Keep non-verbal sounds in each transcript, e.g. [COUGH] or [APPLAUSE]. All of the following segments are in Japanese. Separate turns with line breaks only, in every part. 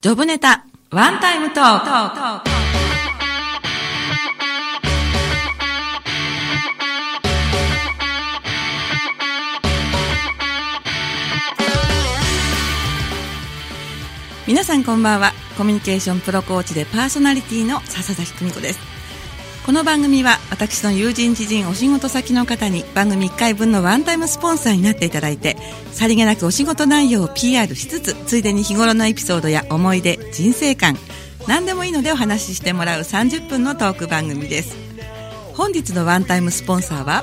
ジョブネタ、ワンタイムトーク。皆さんこんばんは。コミュニケーションプロコーチでパーソナリティの笹崎久美子です。この番組は私の友人知人お仕事先の方に番組1回分のワンタイムスポンサーになっていただいてさりげなくお仕事内容を PR しつつついでに日頃のエピソードや思い出人生観何でもいいのでお話ししてもらう30分のトーク番組です本日のワンタイムスポンサーは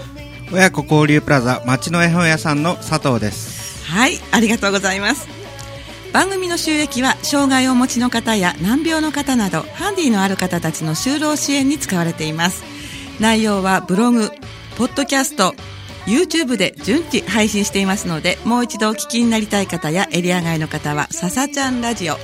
親子交流プラザ町の絵本屋さんの佐藤です
はいありがとうございます番組の収益は障害をお持ちの方や難病の方などハンディのある方たちの就労支援に使われています内容はブログポッドキャスト YouTube で順次配信していますのでもう一度お聞きになりたい方やエリア外の方は「ささちゃんラジオ」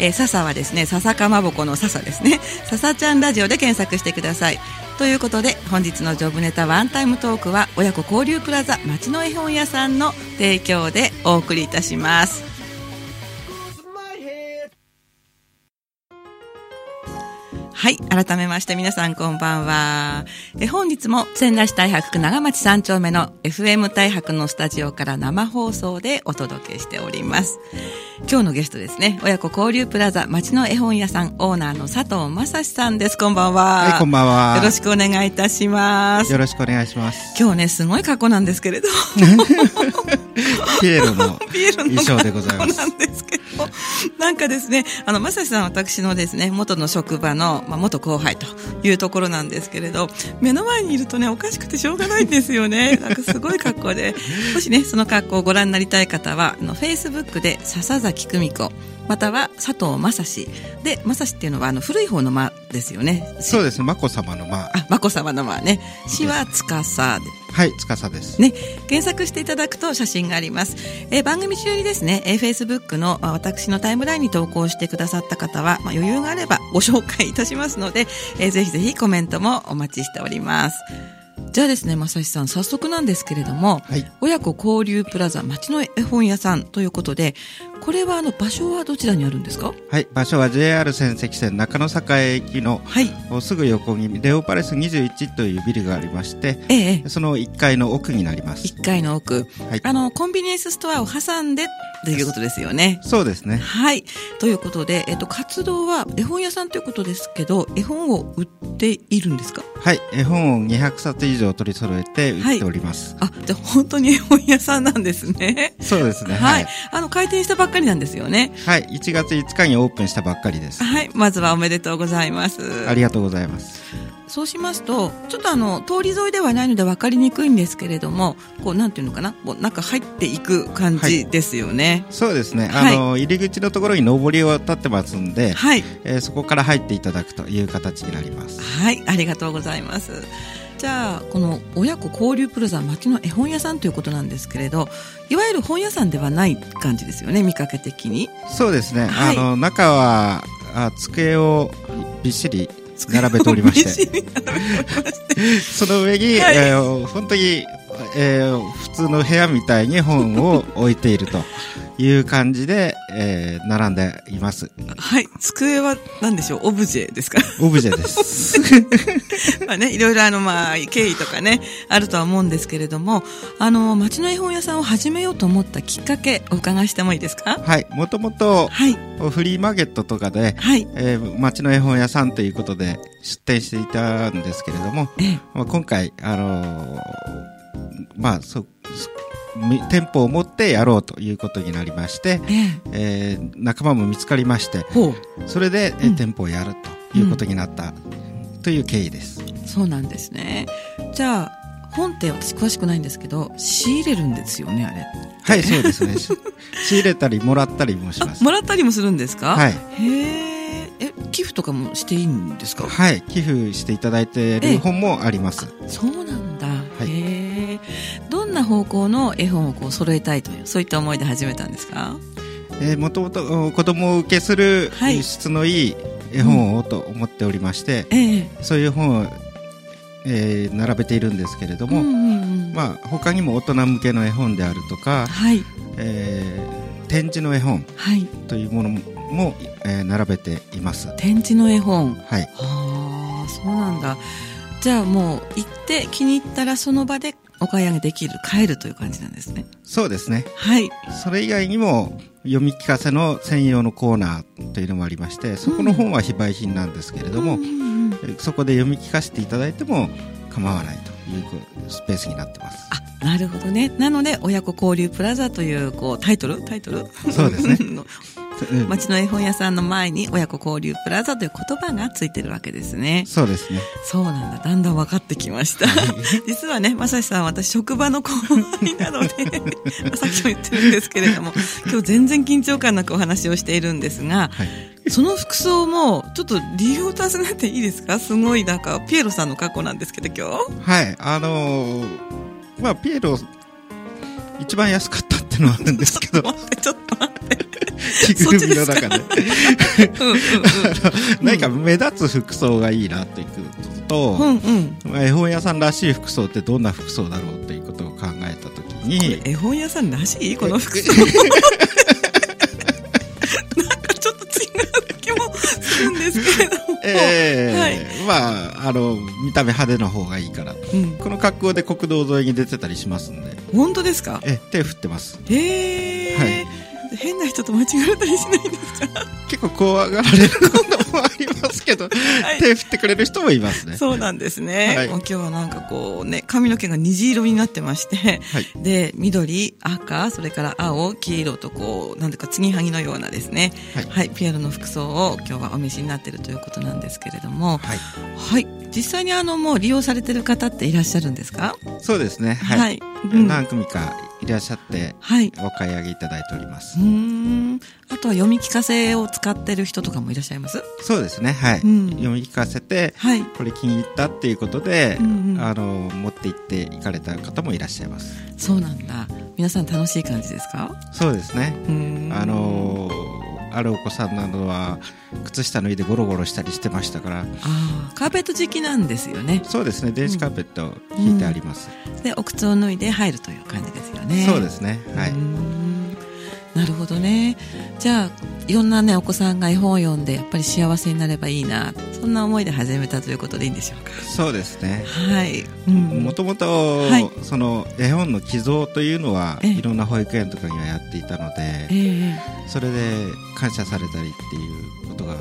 えー、笹はですね、笹かまぼこの笹ですね。 [LAUGHS] 笹ちゃんラジオで検索してください。ということで、本日のジョブネタワンタイムトークは、親子交流プラザ町の絵本屋さんの提供でお送りいたします。はい。改めまして皆さんこんばんは。え本日も仙台市大白区長町三丁目の FM 大白のスタジオから生放送でお届けしております。今日のゲストですね、親子交流プラザ町の絵本屋さんオーナーの佐藤正史さんです。こんばんは。
はいこんばんは
よろしくお願いいたします
よ。ろしくお願いします
今日ね、すごい過去なんですけれど。
ピエロの
[LAUGHS] ピエロの
衣装でございま
そ [LAUGHS]
す
うなんですけど、なんかですね、あの、まさしさんは私のですね、元の職場の、まあ、元後輩というところなんですけれど、目の前にいるとね、おかしくてしょうがないんですよ [LAUGHS] ね。なんかすごい格好で。もしね、その格好をご覧になりたい方は、あの、Facebook で笹崎久美子、または佐藤正史。で、正史っていうのは、あの、古い方の間ですよね。
そうですね眞子さまのまあ
あ、眞子様の間ね。詩は司で
はい司です、
ね、検索していただくと写真があります。えー番組中にですね、えー Facebook のまあ私のタイムラインに投稿してくださった方は、まあ、余裕があればご紹介いたしますので、えーぜひぜひコメントもお待ちしております。じゃあですね、まさしさん、早速なんですけれども、
はい
親子交流プラザ町の絵本屋さんということで、これはあの場所はどちらにあるんですか
はい、場所は JR 仙石線中野坂駅の
はい。
すぐ横にレオパレス21というビルがありまして
ええええ、
その1階の奥になります
1階の奥。
はい
あの、コンビニエンスストアを挟んでということですよね。
そうですね
はい。ということで、えっと、活動は絵本屋さんということですけど、絵本を売っているんですか
はい絵本を200冊以上取り揃えて売っております、
あ、じゃあ本当に絵本屋さんなんですね。
そうですね
はい。あの、開店したばっかりなんですよね。
はい、はい、1月5日にオープンしたばっかりです
はい。まずはおめでとうございます。
ありがとうございます
そうしますと、ちょっとあの、通り沿いではないので分かりにくいんですけれども、こう、なんていうのかなこう、中入っていく感じですよね。
そうですね、
はい
あの入り口のところに上りを立ってますんで、
はい。
えーそこから入っていただくという形になります
はい、ありがとうございます。じゃあ、この親子交流プラザ町の絵本屋さんということなんですけれど、いわゆる本屋さんではない感じですよね、見かけ的に。
そうですね、
はい
あの中はあ机をびっしり並べておりまして
て。
[LAUGHS] その上に、
はい
えー本当に、えー普通の部屋みたいに本を置いているという感じで、えー並んでいます
はい、机は何でしょう、オブジェですか [LAUGHS]
オブジェです
まあね、いろいろあの、まあ、経緯とかね、あるとは思うんですけれども、あの、町の絵本屋さんを始めようと思ったきっかけ、お伺いしてもいいですか
はいもともと
はい、
フリーマーケットとかで、
はい、
えー町の絵本屋さんということで出店していたんですけれども、
ええ、
まあ、今回、あのーまあそそみ店舗を持ってやろうということになりまして、
ええ、
えー仲間も見つかりまして
ほう。
それで、えー
うん
店舗をやるということになった、という経緯です
そうなんですね。じゃあ、本って私詳しくないんですけど、仕入れるんですよね、あれ。
はいそうで
[LAUGHS]
すねし仕入れたりもらったりもしま
あ、
す
もらったりもするんですか。
はいい、
へーえ、寄付とかもしていいんですか
はい、寄付していただいてい
ええ
る本もあります、
そうなんだ。へ
い
え。どんな方向の絵本をこう揃えたいという、そういった思いで始めたんですか
えー、もともとお子供を受けする
はい
質のいい絵本をと思っておりまして、
ええ。
そういう本を、えー並べているんですけれども、
うんうんうん。
まあ、他にも大人向けの絵本であるとか、
はい。
えー展示の絵本
はい。
というものもも、えー並べています。
展示の絵本
はい。
ああそうなんだじゃあもう行って気に入ったらその場でお買い上げできる帰るという感じなんですね
そうですね。
はい
それ以外にも、読み聞かせの専用のコーナーというのもありまして、そこの本は非売品なんですけれども、
うんうんうん
えーそこで読み聞かせていただいても構わないというスペースになってます。
あなるほどねなので親子交流プラザというこうタイトルタイトル
そうです
[LAUGHS]
ね
の
うん
町の絵本屋さんの前に親子交流プラザという言葉がついてるわけですね
そうですね。
そうなんだ。だんだん分かってきました。実はね、まさしさん、私、職場の後輩なので、 [LAUGHS] まあさっきも言ってるんですけれども、今日全然緊張感なくお話をしているんですが、
はい。
その服装も、ちょっと理由を尋ねていいですかすごい、なんか、ピエロさんの格好なんですけど、今
[LAUGHS]
日。
はい。あのーまあ、ピエロ、一番安かったってのはあるんです
[LAUGHS]
けど、
待って、ちょっと待って。
着ぐるみの中で。
うん
[LAUGHS] 何か目立つ服装がいいなっていうこと
うんう
と、
ん。うんうん。
まあ絵本屋さんらしい服装ってどんな服装だろうっていうことを考えたときに、
絵本屋さんらしいこの
[LAUGHS]
服装。なんかちょっと違う気もするんですけれども。
ええまあ、あの、見た目派手な方がいいから。
うん、
この格好で国道沿いに出てたりしますんで、
本当ですか
え、手振ってます。
へえ、
は
変な人と間違えたりしないんですか、
結構怖がられることもありますけど、
い
手振ってくれる人もいますね。
そうなんですね、
はい
もう今日はなんかこうね髪の毛が虹色になってまして、
はい
で緑赤それから青黄色とこうなんていうか継ぎはぎのようなですねは
はいい、
ピエロの服装を今日はお召しになっているということなんですけれども
はい。
はい実際にあのもう利用されてる方っていらっしゃるんですか
そうですね。はい。
はい、うん、は
何組かいらっしゃって、
いう
お買い上げいただいております
ー。んあとは読み聞かせを使ってる人とかもいらっしゃいます
そうですね。はい。
うん
読み聞かせて、
はい
これ気に入ったっていうことで、
うんうん
あの、持って行って行かれた方もいらっしゃいます。
そうなんだ。皆さん楽しい感じですか？
そうですね。
うーん
あのーあるお子さんなどは、靴下脱いでゴロゴロしたりしてましたから、
あーカーペット敷きなんですよね。
そうですね。電子カーペットを引いてあります。
で、お靴を脱いで入るという感じですよね。。
そうですすね。はい。
なるほどね。じゃあいろんなねお子さんが絵本を読んでやっぱり幸せになればいいなそんな思いで始めたということでいいんでしょうか。
そうですね。
はい。うん
もともと、
はい
その絵本の寄贈というのは、
ええ
いろんな保育園とかにはやっていたの
え
で、
え
それで感謝されたりっていうことが、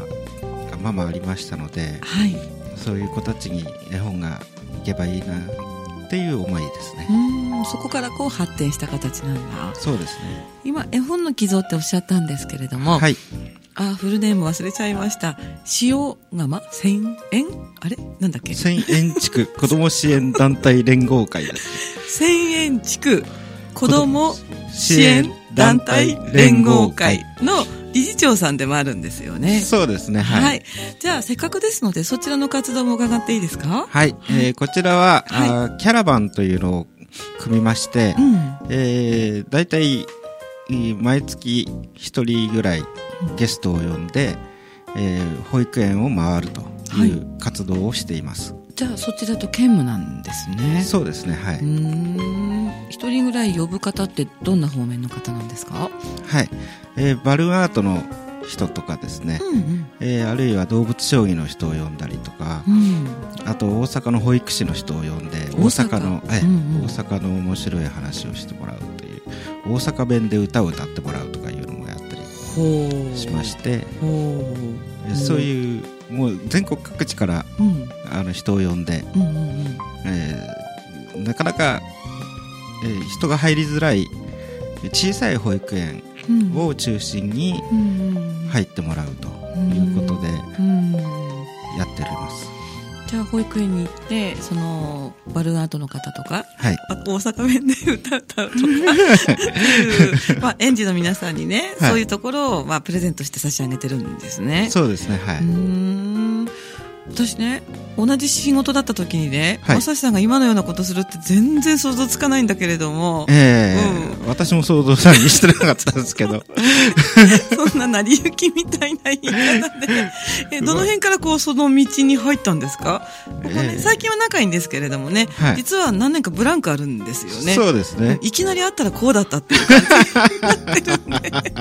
まあまあありましたので、
はい。
そういう子たちに絵本がいけばいいなっていう思いです
う
ね。
ーんそこからこう発展した形なんだ。
そうですね。
今絵本の寄贈っておっしゃったんですけれども。
はい。
あ、フルネーム忘れちゃいました。塩釜千円あれなんだっけ
千円
[LAUGHS]
地区子ども支援団体連合会です。
千円地区子ども支
支
援団体連合会の理事長さんでもあるんですよね。
そうですね。
はい、
はい。
じゃあ、せっかくですので、そちらの活動も伺っていいですか
はい。えーこちらは、
はい
あーキャラバンというのを組みまして
う、ん。
えー、大体えー毎月1人ぐらいゲストを呼んで、えー保育園を回るという活動をしています、
じゃあ、そちらと兼務なんですね。
そうですねはいう
ー、ん。一人ぐらい呼ぶ方って、どんな方面の方なんですか
はいえーバルーンアートの人とかですね、
うんうん。
えーあるいは動物将棋の人を呼んだりとか、
うん。
あと大阪の保育士の人を呼んで
大
大
阪
阪のえ
う
ー
んうん
大阪の面白い話をしてもらうという大阪弁で歌を歌ってもらうとかいうのもやったり
ほう。
しまして、
ほう。
そういうもう全国各地から
うん。
あの人を呼んで、
うんうんうん。
えーなかなか、えー人が入りづらい小さい保育園
うん
を中心に
うん
入ってもらうということで
うん
やっております。
じゃあ保育園に行ってそのバルーンアートの方とか
はい、
あと大阪弁で歌う
[LAUGHS]
歌うとかいうまあ園児の皆さんにね、
はい
そういうところを、まあ、プレゼントして差し上げてるんですね
そうですね、は
うー
い、
ん私ね同じ仕事だった時にね、
はい
まさしさんが今のようなことするって全然想像つかないんだけれども、
えー
うん
私も想像さんにしてなかったんですけど
[LAUGHS] そんな成り行きみたいな言い方で、えどの辺からこうその道に入ったんですか、ここね
ええ
最近は仲いいんですけれどもね、
はい
実は何年かブランクあるんですよね。
そうですね
いきなり会ったらこうだったっていう感
[LAUGHS]
じになってるんで、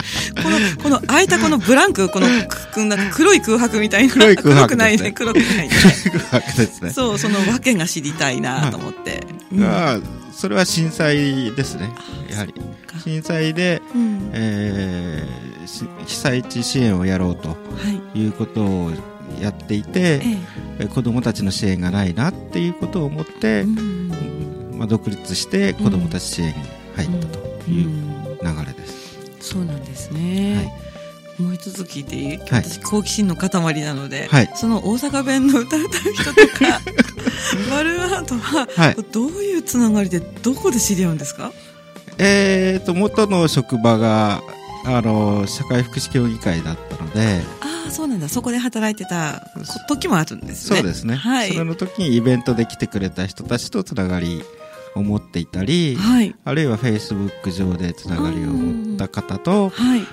この、この空いたこのブランク、このく、くなんか黒い空白みたいな。
黒い空
黒
白
くないね、
です
黒くないね。
行くわけですね
[LAUGHS]
[LAUGHS]
そう、その訳が知りたいなと思って。 [LAUGHS] うん
がそれは震災ですねやはり
か
震災で、
うん
えーし被災地支援をやろうと
はい。
いうことをやっていて
え、
え子どもたちの支援がないなっていうことを思って
え。う、ん
まあ、独立して子どもたち支援に入ったという流れです、
そうなんですね。もう一つ聞いていい
はい
私、好奇心の塊なので、
はい
その大阪弁の歌う歌う [LAUGHS] 人とか、バルーンアートは、
はい
どういうつながりで、どこで知り合うんですか
えー、と元の職場があの社会福祉協議会だったので
ああ、そうなんだ。そこで働いてた時もあるんですね。
そうですね、
はい
そ。の時にイベントで来てくれた人たちとつながりを持っていたり、
はい。
あるいはフェイスブック上でつながりを持った方と、
はい。う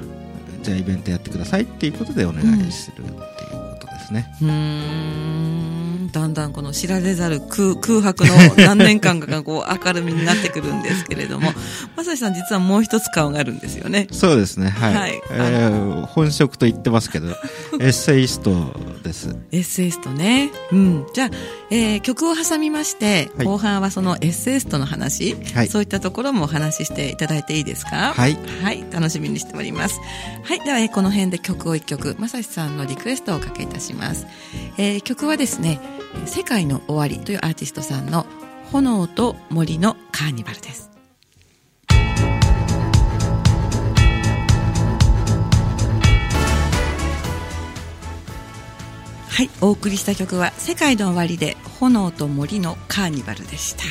じゃあイベントやってくださいっていうことでお願いするっていうことですね。
ーん。だんだんこの知られざる空空白の何年間かがこう明るみになってくるんですけれど [LAUGHS] も、まさしさん実はもう一つ顔があるんですよね。
そうですね、はい。
はい
えー本職と言ってま
[LAUGHS]
すけど、エッセイストです。
エッセイストね。うん。じゃあ、えー曲を挟みまして、
はい
後半はそのエッセイストの話、
はい
そういったところもお話ししていただいていいですか
はい
はい。楽しみにしております。はい。では、えーこの辺で曲を一曲、まさしさんのリクエストをおかけいたします。えー曲はですね、えー世界の終わりというアーティストさんの炎と森のカーニバルです。はい、お送りした曲は「世界の終わり」で「炎と森のカーニバル」でした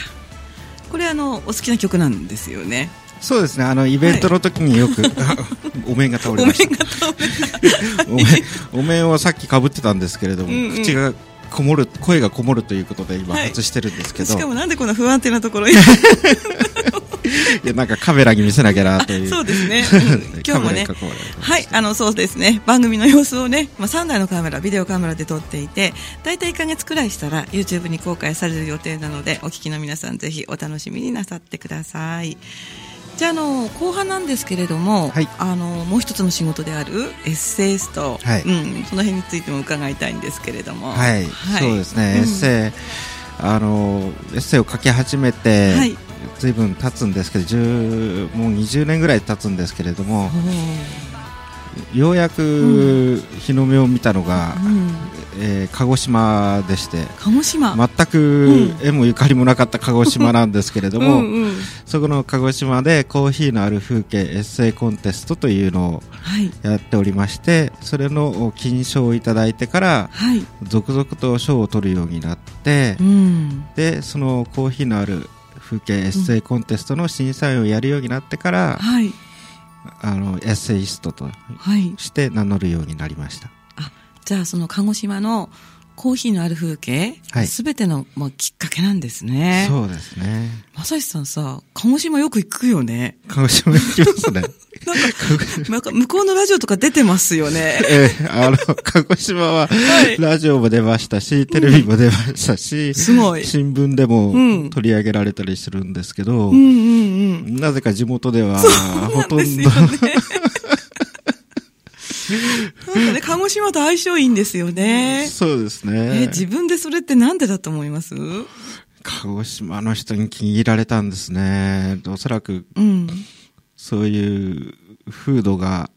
これあのお好きな曲なんですよね
そうですね、あの、イベントの時によく、お面が倒
お
れ
面
ま
が
し
倒
た。
れ
お面、お面をさっき被ってたんですけれども、
うんうん
口がこもる、声がこもるということで今
はい
外してるんですけ
た
ど、
しかもなんでこんな不安定なところに
いや、なんかカメラに見せなきゃなという。
そうですね、
[LAUGHS]
うん今日もね
カメラに囲まれてます
はい、あの、そうですね。番組の様子をね、まあ、3台のカメラ、ビデオカメラで撮っていて、だいたい1ヶ月くらいしたら YouTube に公開される予定なので、お聞きの皆さんぜひお楽しみになさってください。じゃあ、あの、後半なんですけれども、
はい
あの、もう一つの仕事であるエッセイスト、
はい
うん、その辺についても伺いたいんですけれども。
はい、そうですね、エッ
イ。
セイあのエッセイを書き始めて、
はい
ずいぶん経つんですけど10もう20年ぐらい経つんですけれども
おー
ようやく日の目を見たのが、
うん
えー鹿児島でして
鹿児島。
全く縁もゆかりもなかった鹿児島なんですけれども、
うんうん、
そこの鹿児島でコーヒーのある風景エッセイコンテストというのを
はい。
やっておりましてそれの金賞をいただいてから
はい。
続々と賞を取るようになって、
うん。
でそのコーヒーのある風景エッセイコンテストの審査員をやるようになってから、
はい。
あのエッセイストと
はい。
して名乗るようになりました
あじゃあその鹿児島のコーヒーのある風景
はい
すべ、ての、まあ、きっかけなんですね
そうですね
まさしさんさ鹿児島よく行くよ
[LAUGHS]
ね
鹿児島行きますね
なんか向こうのラジオとか出てますよね
えーあの [LAUGHS] 鹿児島は
はい
ラジオも出ましたし、テレビも出ましたし、
すごい
新聞で
うん
も取り上げられたりするんですけど、
うんうんうん
なぜか地元ではほとんど、
です [LAUGHS] よね [LAUGHS] なんかね鹿児島と相性いいんですよね
そうです
え
ね
自分でそれってなんでだと思いますう
鹿児島の人に気に入られたんですねおそらく
ん
そういう風土が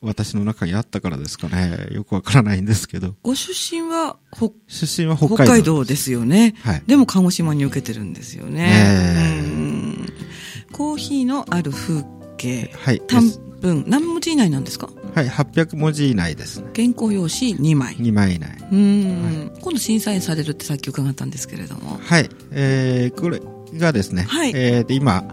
私の中にあったからですかね。よくわからないんですけど。
ご出身は北
出身は北
北
海
海
道。
道ですよね、
はい
でも鹿児島に受けてるんですよね、
ええ
うんコーヒーのある風景、
はい
短
です
文何文字以内なんですか
はい、800文字以内ですね。
原稿用紙2枚
2枚以内。
うん、今度審査員されるってさっき伺ったんですけれども
はい。えー、これがですね。
はい
えーで今、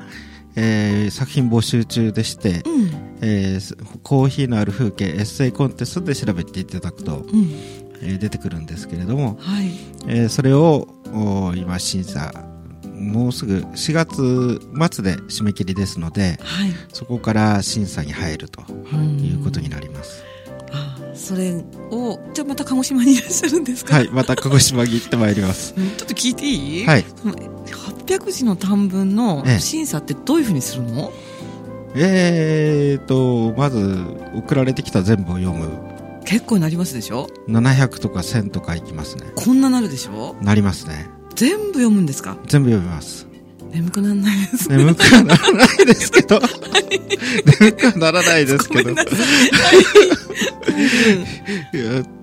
えー作品募集中でして、
うん
えーコーヒーのある風景エッセイコンテストで調べていただくと、
うん
えー出てくるんですけれども、
はい
えーそれをおー今審査もうすぐ4月末で締め切りですので、
はい。
そこから審査に入るということになります。
あそれを、じゃあまた鹿児島にいらっしゃるんですか
はい、また鹿児島に行ってまいり
[LAUGHS]
ます。
うんちょっと聞いていい
はい。
その800字の短文の
ええ
審査ってどういうふうにするの、
えーと、まず、送られてきた全部を読む。
結構なりますでしょ
700とか1000とかいきますね。
こんななるでしょ
なりますね。
全部読むんですか
全部読みます。
眠くならないですね。
眠くはならないですけど。眠くはならないです
ご
け
め
ど。
ん
い
な
や
さい。はい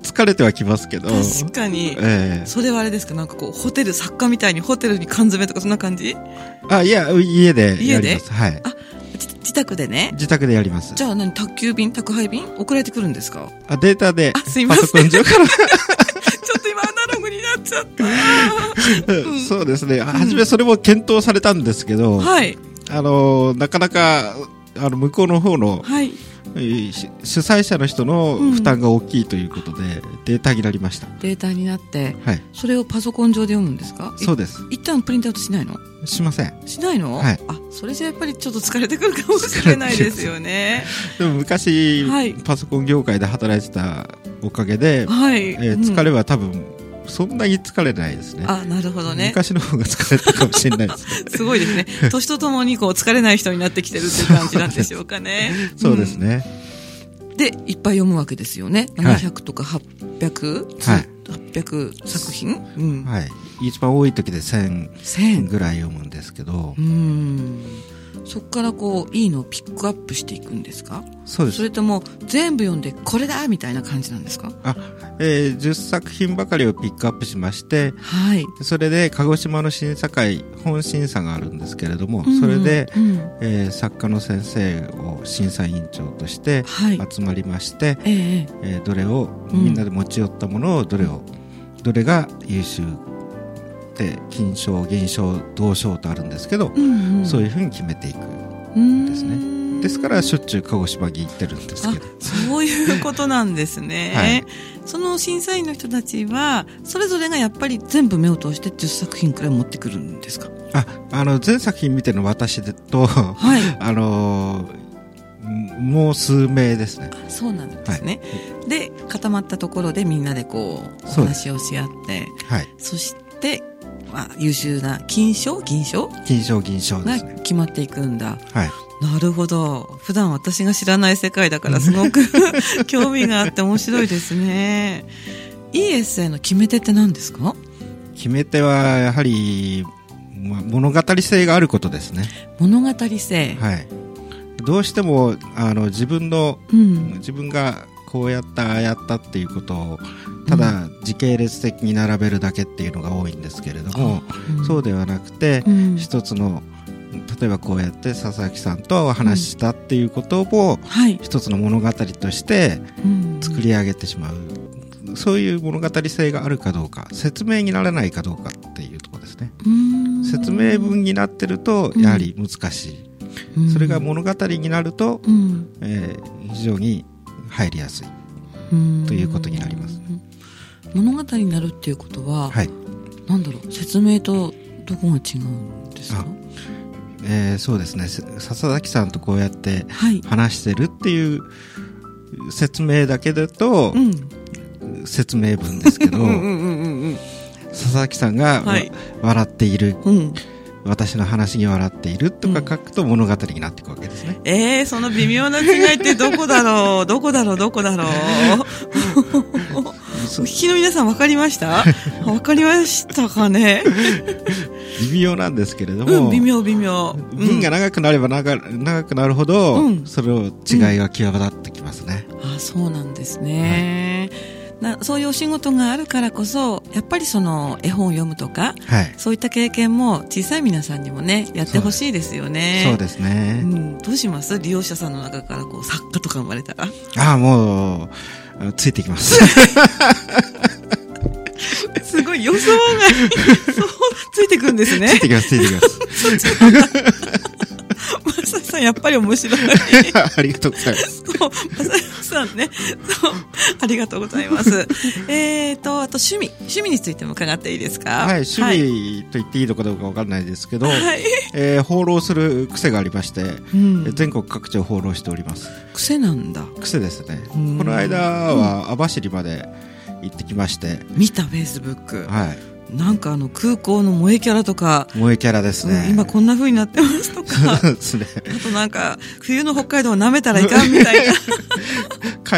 疲れてはきますけど。
うん確かに。
ええ
それはあれですかなんかこう、ホテル、作家みたいにホテルに缶詰とかそんな感じ
あ、いや、家でやり
家で
ます。はい。
じ自宅でね。
自宅でやります。
じゃあ何宅急便宅配便送られてくるんですか [LAUGHS]
あ、データで
あすい、ませ
パ
ん
ソコン上から、
ちょっと今アナログになっちゃった。
そうですね。はじめそれも検討されたんですけど、
はい。
あの、なかなか、あの、向こうの方の、
はい。
えーし主催者の人の負担が大きいということで、データになりました。
データになって、
はい。
それをパソコン上で読むんですか。
そううです。
一旦プリントアウトしないの
しません。
しないの、
はい
あ、それじゃやっぱりちょっと疲れてくるかもしれないですよ
[LAUGHS]
ね。
でも昔、
はい
パソコン業界で働いてたおかげで、
はい。
えー
うん
疲れは多分、そんなに疲れないですね。
あ、なるほどね。
昔の方が疲れたかもしれないですね。
すごい
[LAUGHS]
ですね。年とともにこう疲れない人になってきてるっていう感じなんで [LAUGHS] しょうかね。
[LAUGHS] そうです
ね、
ね。
で、いっぱい読むわけですよね。
はい
700とか800、
はい
800作品、うん、
はい。一番多い時で1000
1000。
ぐらい読むんですけど
う、ん。そこからこう、いいのをピックアップしていくんですか
そうで
そ
す。
れとも、全部読んで、これだみたいな感じなんですか
あ、えー10作品ばかりをピックアップしまして、
はい。
それで鹿児島の審査会、本審査があるんですけれども、
うん
それで、
うん
えー作家の先生を審査委員長として
はい。
集まりまして、
ええ
えーどれを、
うん
みんなで持ち寄ったものをどれを、どれが優秀で、金賞、銀賞、銅賞とあるんですけど、
うんうん、
そう
う
いうふうに決めていく。ですね
ね
ですから、しょっちゅう鹿児島に行ってるんです
あ
けど。
そういうことなんですね、
[LAUGHS] はい
その審査員の人たちはそれぞれがやっぱり全部目を通して10作品くらい持ってくるんですか
あ、あの、全作品見てるの私
[LAUGHS]
でと、
はい
あのーんもう数名ですね。
あそうなんですね、で固まったところでみんなでこうお
そうで
話をし合って
はい。
そして、まあ、優秀な金賞銀賞
金賞、銀賞で
が
すね。
決まっていくんだ
はい。
なるほど普段私が知らない世界だからすごく
[LAUGHS]
興味があって面白いですねいいエッセイの決め手って何ですか
決め手は、やはり、まあ、物語性があることですね。
物語性、
はい。どうしても、あの、自分の、
うん、
自分がこうやった、ああやったっていうことを、ただ時系列的に並べるだけっていうのが多いんですけれども、そうではなくて、
うん
一つの、例えばこうやって佐々木さんとお話ししたっていうことを、
はい、
一つの物語として作り上げてしまう、そういう物語性があるかどうか説明にならないかどうかっていうところですね
うん
説明文になってると
うん
やはり難しい、
うん
それが物語になると、
うん
えー非常に入りやすい
うん
ということになります
物語になるっていうことは、
はい、
なんだろう説明とどこが違うんですか
えーそうですねせ笹崎さんとこうやって
はい、
話してるっていう説明だけだと
うん、
説明文ですけど
うんうんうんうん
笹崎さんが、
はい
わ笑っている
うん
私の話に笑っているとか書くと物語になっていくわけですね。
えー、その微妙な違いってどこだろうどこだろうどこだろうお
そう
聞きの皆さん分かりました分かりましたかね
微妙なんですけれども、
うん微妙微妙うん
文が長くなれば長長くなるほど、
うん
その違いが際立ってきますね。
あそうなんですね、なそういうお仕事があるからこそやっぱりその絵本を読むとか
はい、
そういった経験も小さい皆さんにもねやってほしいですよね
そうですね。
うん、どうします利用者さんの中からこう作家とか生まれた
[LAUGHS]
ら
ああ、もうあ、ついてきます。
すごい予想外 [LAUGHS] そうついてくんですね
[LAUGHS] [LAUGHS] ついてきます、ついてきます。
マサさんやっぱり面白い
ありがとうございます。 [LAUGHS]
そうマサさなんでね。そう。ありがとうござい
[LAUGHS]
ます。えっと、あと趣味。趣味についても伺っていいですか
はい、趣味と言っていいのかどうかわかんないですけど、
はい。
えー放浪する癖がありまして、
うん。
全国各地を放浪しております。
癖なんだ。
癖ですね。こ
うん
の間は網走まで行ってきまして、
見た、フェイスブック。
はい、
なんかあの、空港の萌えキャラとか、
萌えキャラですね。
うん
[LAUGHS]
今こんな風になってますとか。
そうですね。
あとなんか、冬の北海道を舐めたらいかんみたい [LAUGHS] な。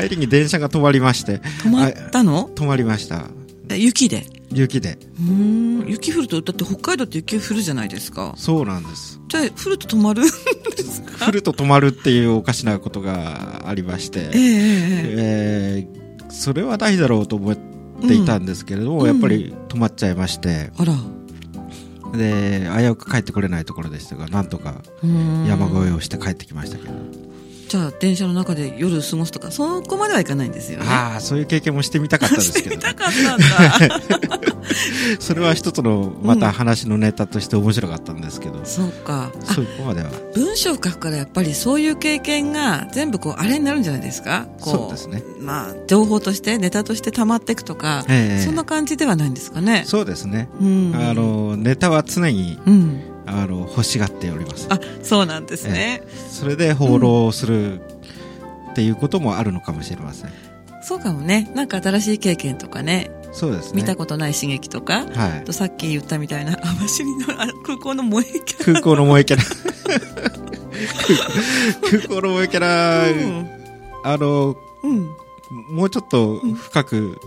帰りに電車が止まりまして、
止まったの
止まりました。
え雪で。
雪で。
うーん。雪降ると、だって北海道って雪降るじゃないですか。
そうなんです。
じゃあ、降ると止まるんです
降
か
ると止まるっていうおかしなことがありまして、
ええええ
えーそれはないだろうと思っていたんですけれども、
うん
やっぱり止まっちゃいまして、
あら。
で、危うく帰ってこれないところでしたが、なんとか山
山
越えをして帰ってきましたけど、
じゃあ電車の中で夜過ごすとかそこまではいかないんですよね。
ああ、そういう経験もしてみたかったです
[LAUGHS]
けど、
見
ね
た、かったんだ。
それは一つのまた話のネタとして面白かったんですけど、
そうか。あ
そこまでは、
文章を書くからやっぱりそういう経験が全部こうあれになるんじゃないですかこ
そうですね。
まあ情報としてネタとして溜まっていくとか、
ええ
そんな感じではないんですかね。
そうですね。
うん。
あ、のネタは常に
うん。
あの欲しがっております
あ、そうなんですね。
それで放浪する、っていうこともあるのかもしれません
そうかもね。なんか新しい経験とかね、
そうですね
見たことない刺激とか、
は
あ
い
とさっき言ったみたいな [LAUGHS] 網走のあ空港の萌えキャラ。
空港の萌えキャラ空空港の萌えキャラ、あの
うん。うん。
もうちょっと深く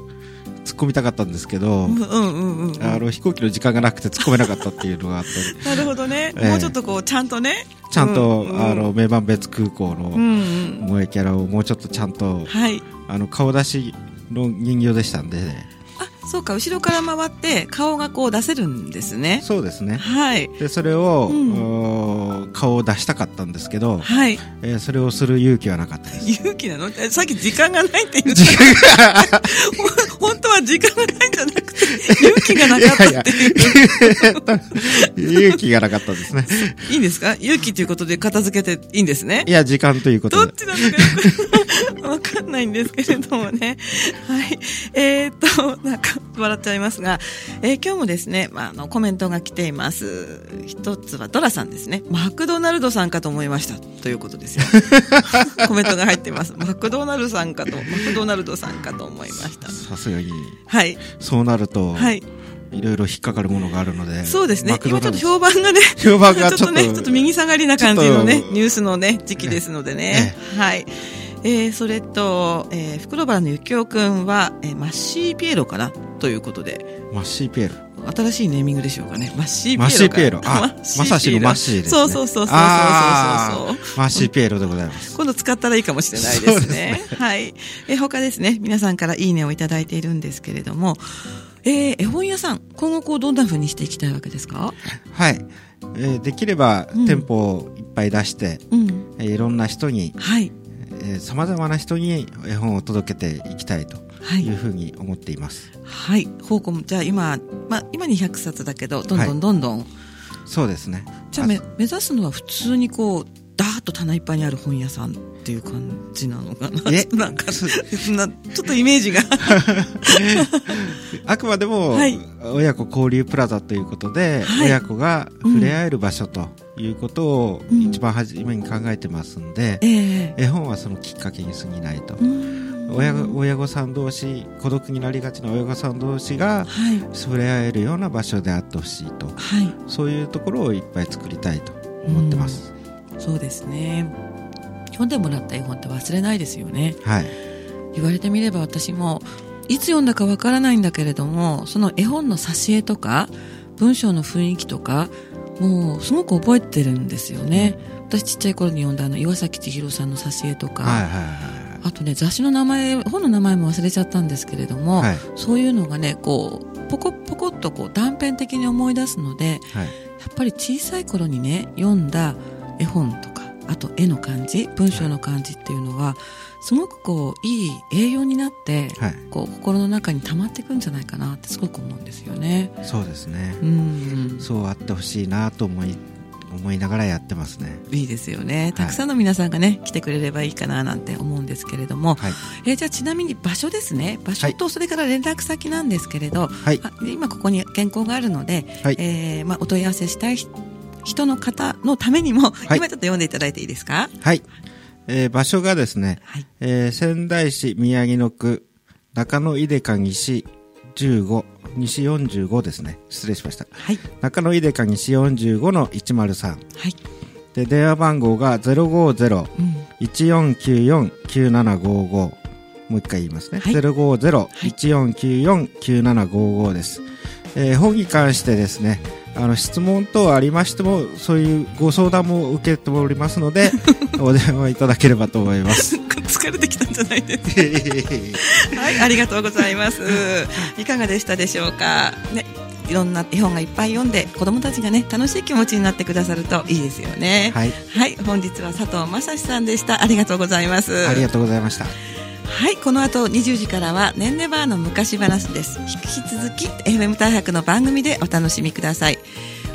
突っ込みたかったんですけど、
うんうんうんうん。
あの飛行機の時間がなくて突っ込めなかったっていうのがあった
なるほどね、
ええ
もうちょっとこうちゃんとね
りちゃんと、
うんうん
あの名満別空港
う
の
んうん
萌えキャラをもうちょっとちゃんと、
はい
あの顔出しの人形でしたんで、
あそうか後ろから回って顔がこう出せるんですね
そうですね
はい
でそれを、
うん
おー顔を出したかったんですけど、
はい
えーそれをする勇気はなかったです
勇気なのえさっき時間がないって言った
時間
ほん本当は時間がないんじゃなくて勇気がなかったっていうい
が勇気がなかったですね
いんですか勇気ということで片付けていいんですね
いや時間というこ
ど
と
っ
で
ちなのかよくわかんないんですけれどもね。はい。えーっと、なんか笑っちゃいますが、えー今日もですね、まあ、あの、コメントが来ています。一つはドラさんですね。マクドナルドさんかと思いました。ということですよ。 [LAUGHS] コメントが入っています。マクドナルドさんかと、マクドナルドさんかと思いました。
さすがに
はい。
そうなると、、
はいい。
ろいろ引っかかるものがあるので
そうですね
マ。クド
今ち
ナ
ょっ
ル
と
ド
評判がね、
評判が
ちょっ
ちょっ
と
と
ね、ちょっと右下がりな感じのね
ちょっ、と
ニュースのね、時期ですのでね。はい。えー、それと、えー、袋原のゆきおくんは、えーマッシーピエロかなということで、
マッシーピエロ
新しいネーミングでしょうかね。マッシーピエロか。
マッシ
ッ
ーピエロあ
シーピエロ
まさしのマッシーです、ね、
そうそうそうそう
あ
そうそうそうそう。
ーマッシーピエロでございます
今度使ったらいいかもしれないですね。はい。えー、他ですね、皆さんからいいねをいただいているんですけれども、えー、絵本屋さん、今後こう、どんな風にしていきたいわけですか
はい、えーできれば、
うん
店舗をいっぱい出して、
うん。
えーいろんな人に
はい。
さまざまな人に絵本を届けていきたいと
はい。
いうふうに思っています、
はい、方向もじゃあ今、まあ、今200冊だけどどんど
は
ん
い
どんどん、
そうですね
じゃあめ目指すのは普通にこうダーッと棚いっぱいにある本屋さんっていう感じなのかな
え
[LAUGHS] なんかなちょっとイメー
[LAUGHS]
ジが
あくまでも、
はい
親子交流プラザということで、
はい
親子が触れ合える場所ということを
うん
一番初めに考えてますんで、
ええ
絵本はそのきっかけに過ぎないと、
うん
親
は
が親御さん同士孤独になりがちな親御さん同士が
い
触れ合えるような場所であってほしいと
はい
そういうところをいっぱい作りたいと思ってます、
そうですね読んでもらった絵本って忘れないですよね
はい
言われてみれば私もいつ読んだかわからないんだけれどもその絵本の挿絵とか文章の雰囲気とかもうすごく覚えてるんですよね、私ちっちゃい頃に読んだあの岩崎千尋さんの挿絵とか、
はいは
あとね雑誌の名前本の名前も忘れちゃったんですけれども、
いはいはい
そういうのがねこうポコポコっとこう断片的に思い出すので
はい
やっぱり小さい頃にね読んだ絵本とかあと絵の感じ文章の感じっていうのはすごくこういい栄養になって、
はい
こう心の中に溜まっていくんじゃないかなってすごく思うんですよね。
そうですね、
うん
そうあってほしいなと思い思いながらやってますね。
いいですよね。たくさんの皆さんがね、来てくれればいいかななんて思うんですけれども、
はい。
えーじゃあちなみに場所ですね。場所とそれから連絡先なんですけれど、
はい。
あ今ここに健康があるので、
はい。
えーまあ、お問い合わせしたい人人の方のためにも、
い
今ちょっと読んでいただいていいですか
はい。えー場所がですね、
はい。
えー仙台市宮城野区中野井出か西15西45ですね失礼しました
はい。
中野井出か西45の103
はい。
で電話番号が
うん。
050-1494-9755もう一回言いますね、
はい
050-1494-9755です、えー本に関してですねあの質問等ありましてもそういうご相談も受けております
[LAUGHS]
のでお電話いただければと思います
疲れてきたんじゃない
[LAUGHS]
ですか。はい。ありがとうございます。いかがでしたでしょうか。ね。いろんな絵本がいっぱい読んで、子供たちがね、楽しい気持ちになってくださるといいですよね。
はい
はい、本日は佐藤正史さんでした。ありがとうございます。
ありがとうございました。
はい、この後20時からはねんねばーの昔話です。引き続き FM 大白の番組でお楽しみください。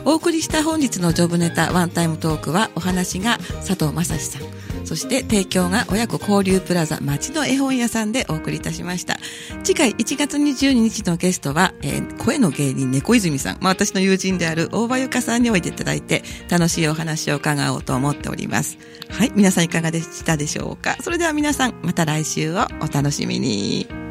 お送りした本日のジョブネタワンタイムトークはお話が佐藤正史さん。そして提供が親子交流プラザ町の絵本屋さんでお送りいたしました。次回1月22日のゲストは、えー声の芸人猫泉さん。まあ私の友人である大場由香さんにおいでいただいて楽しいお話を伺おうと思っております。はい。皆さんいかがでしたでしょうかそれでは皆さん、また来週をお楽しみに。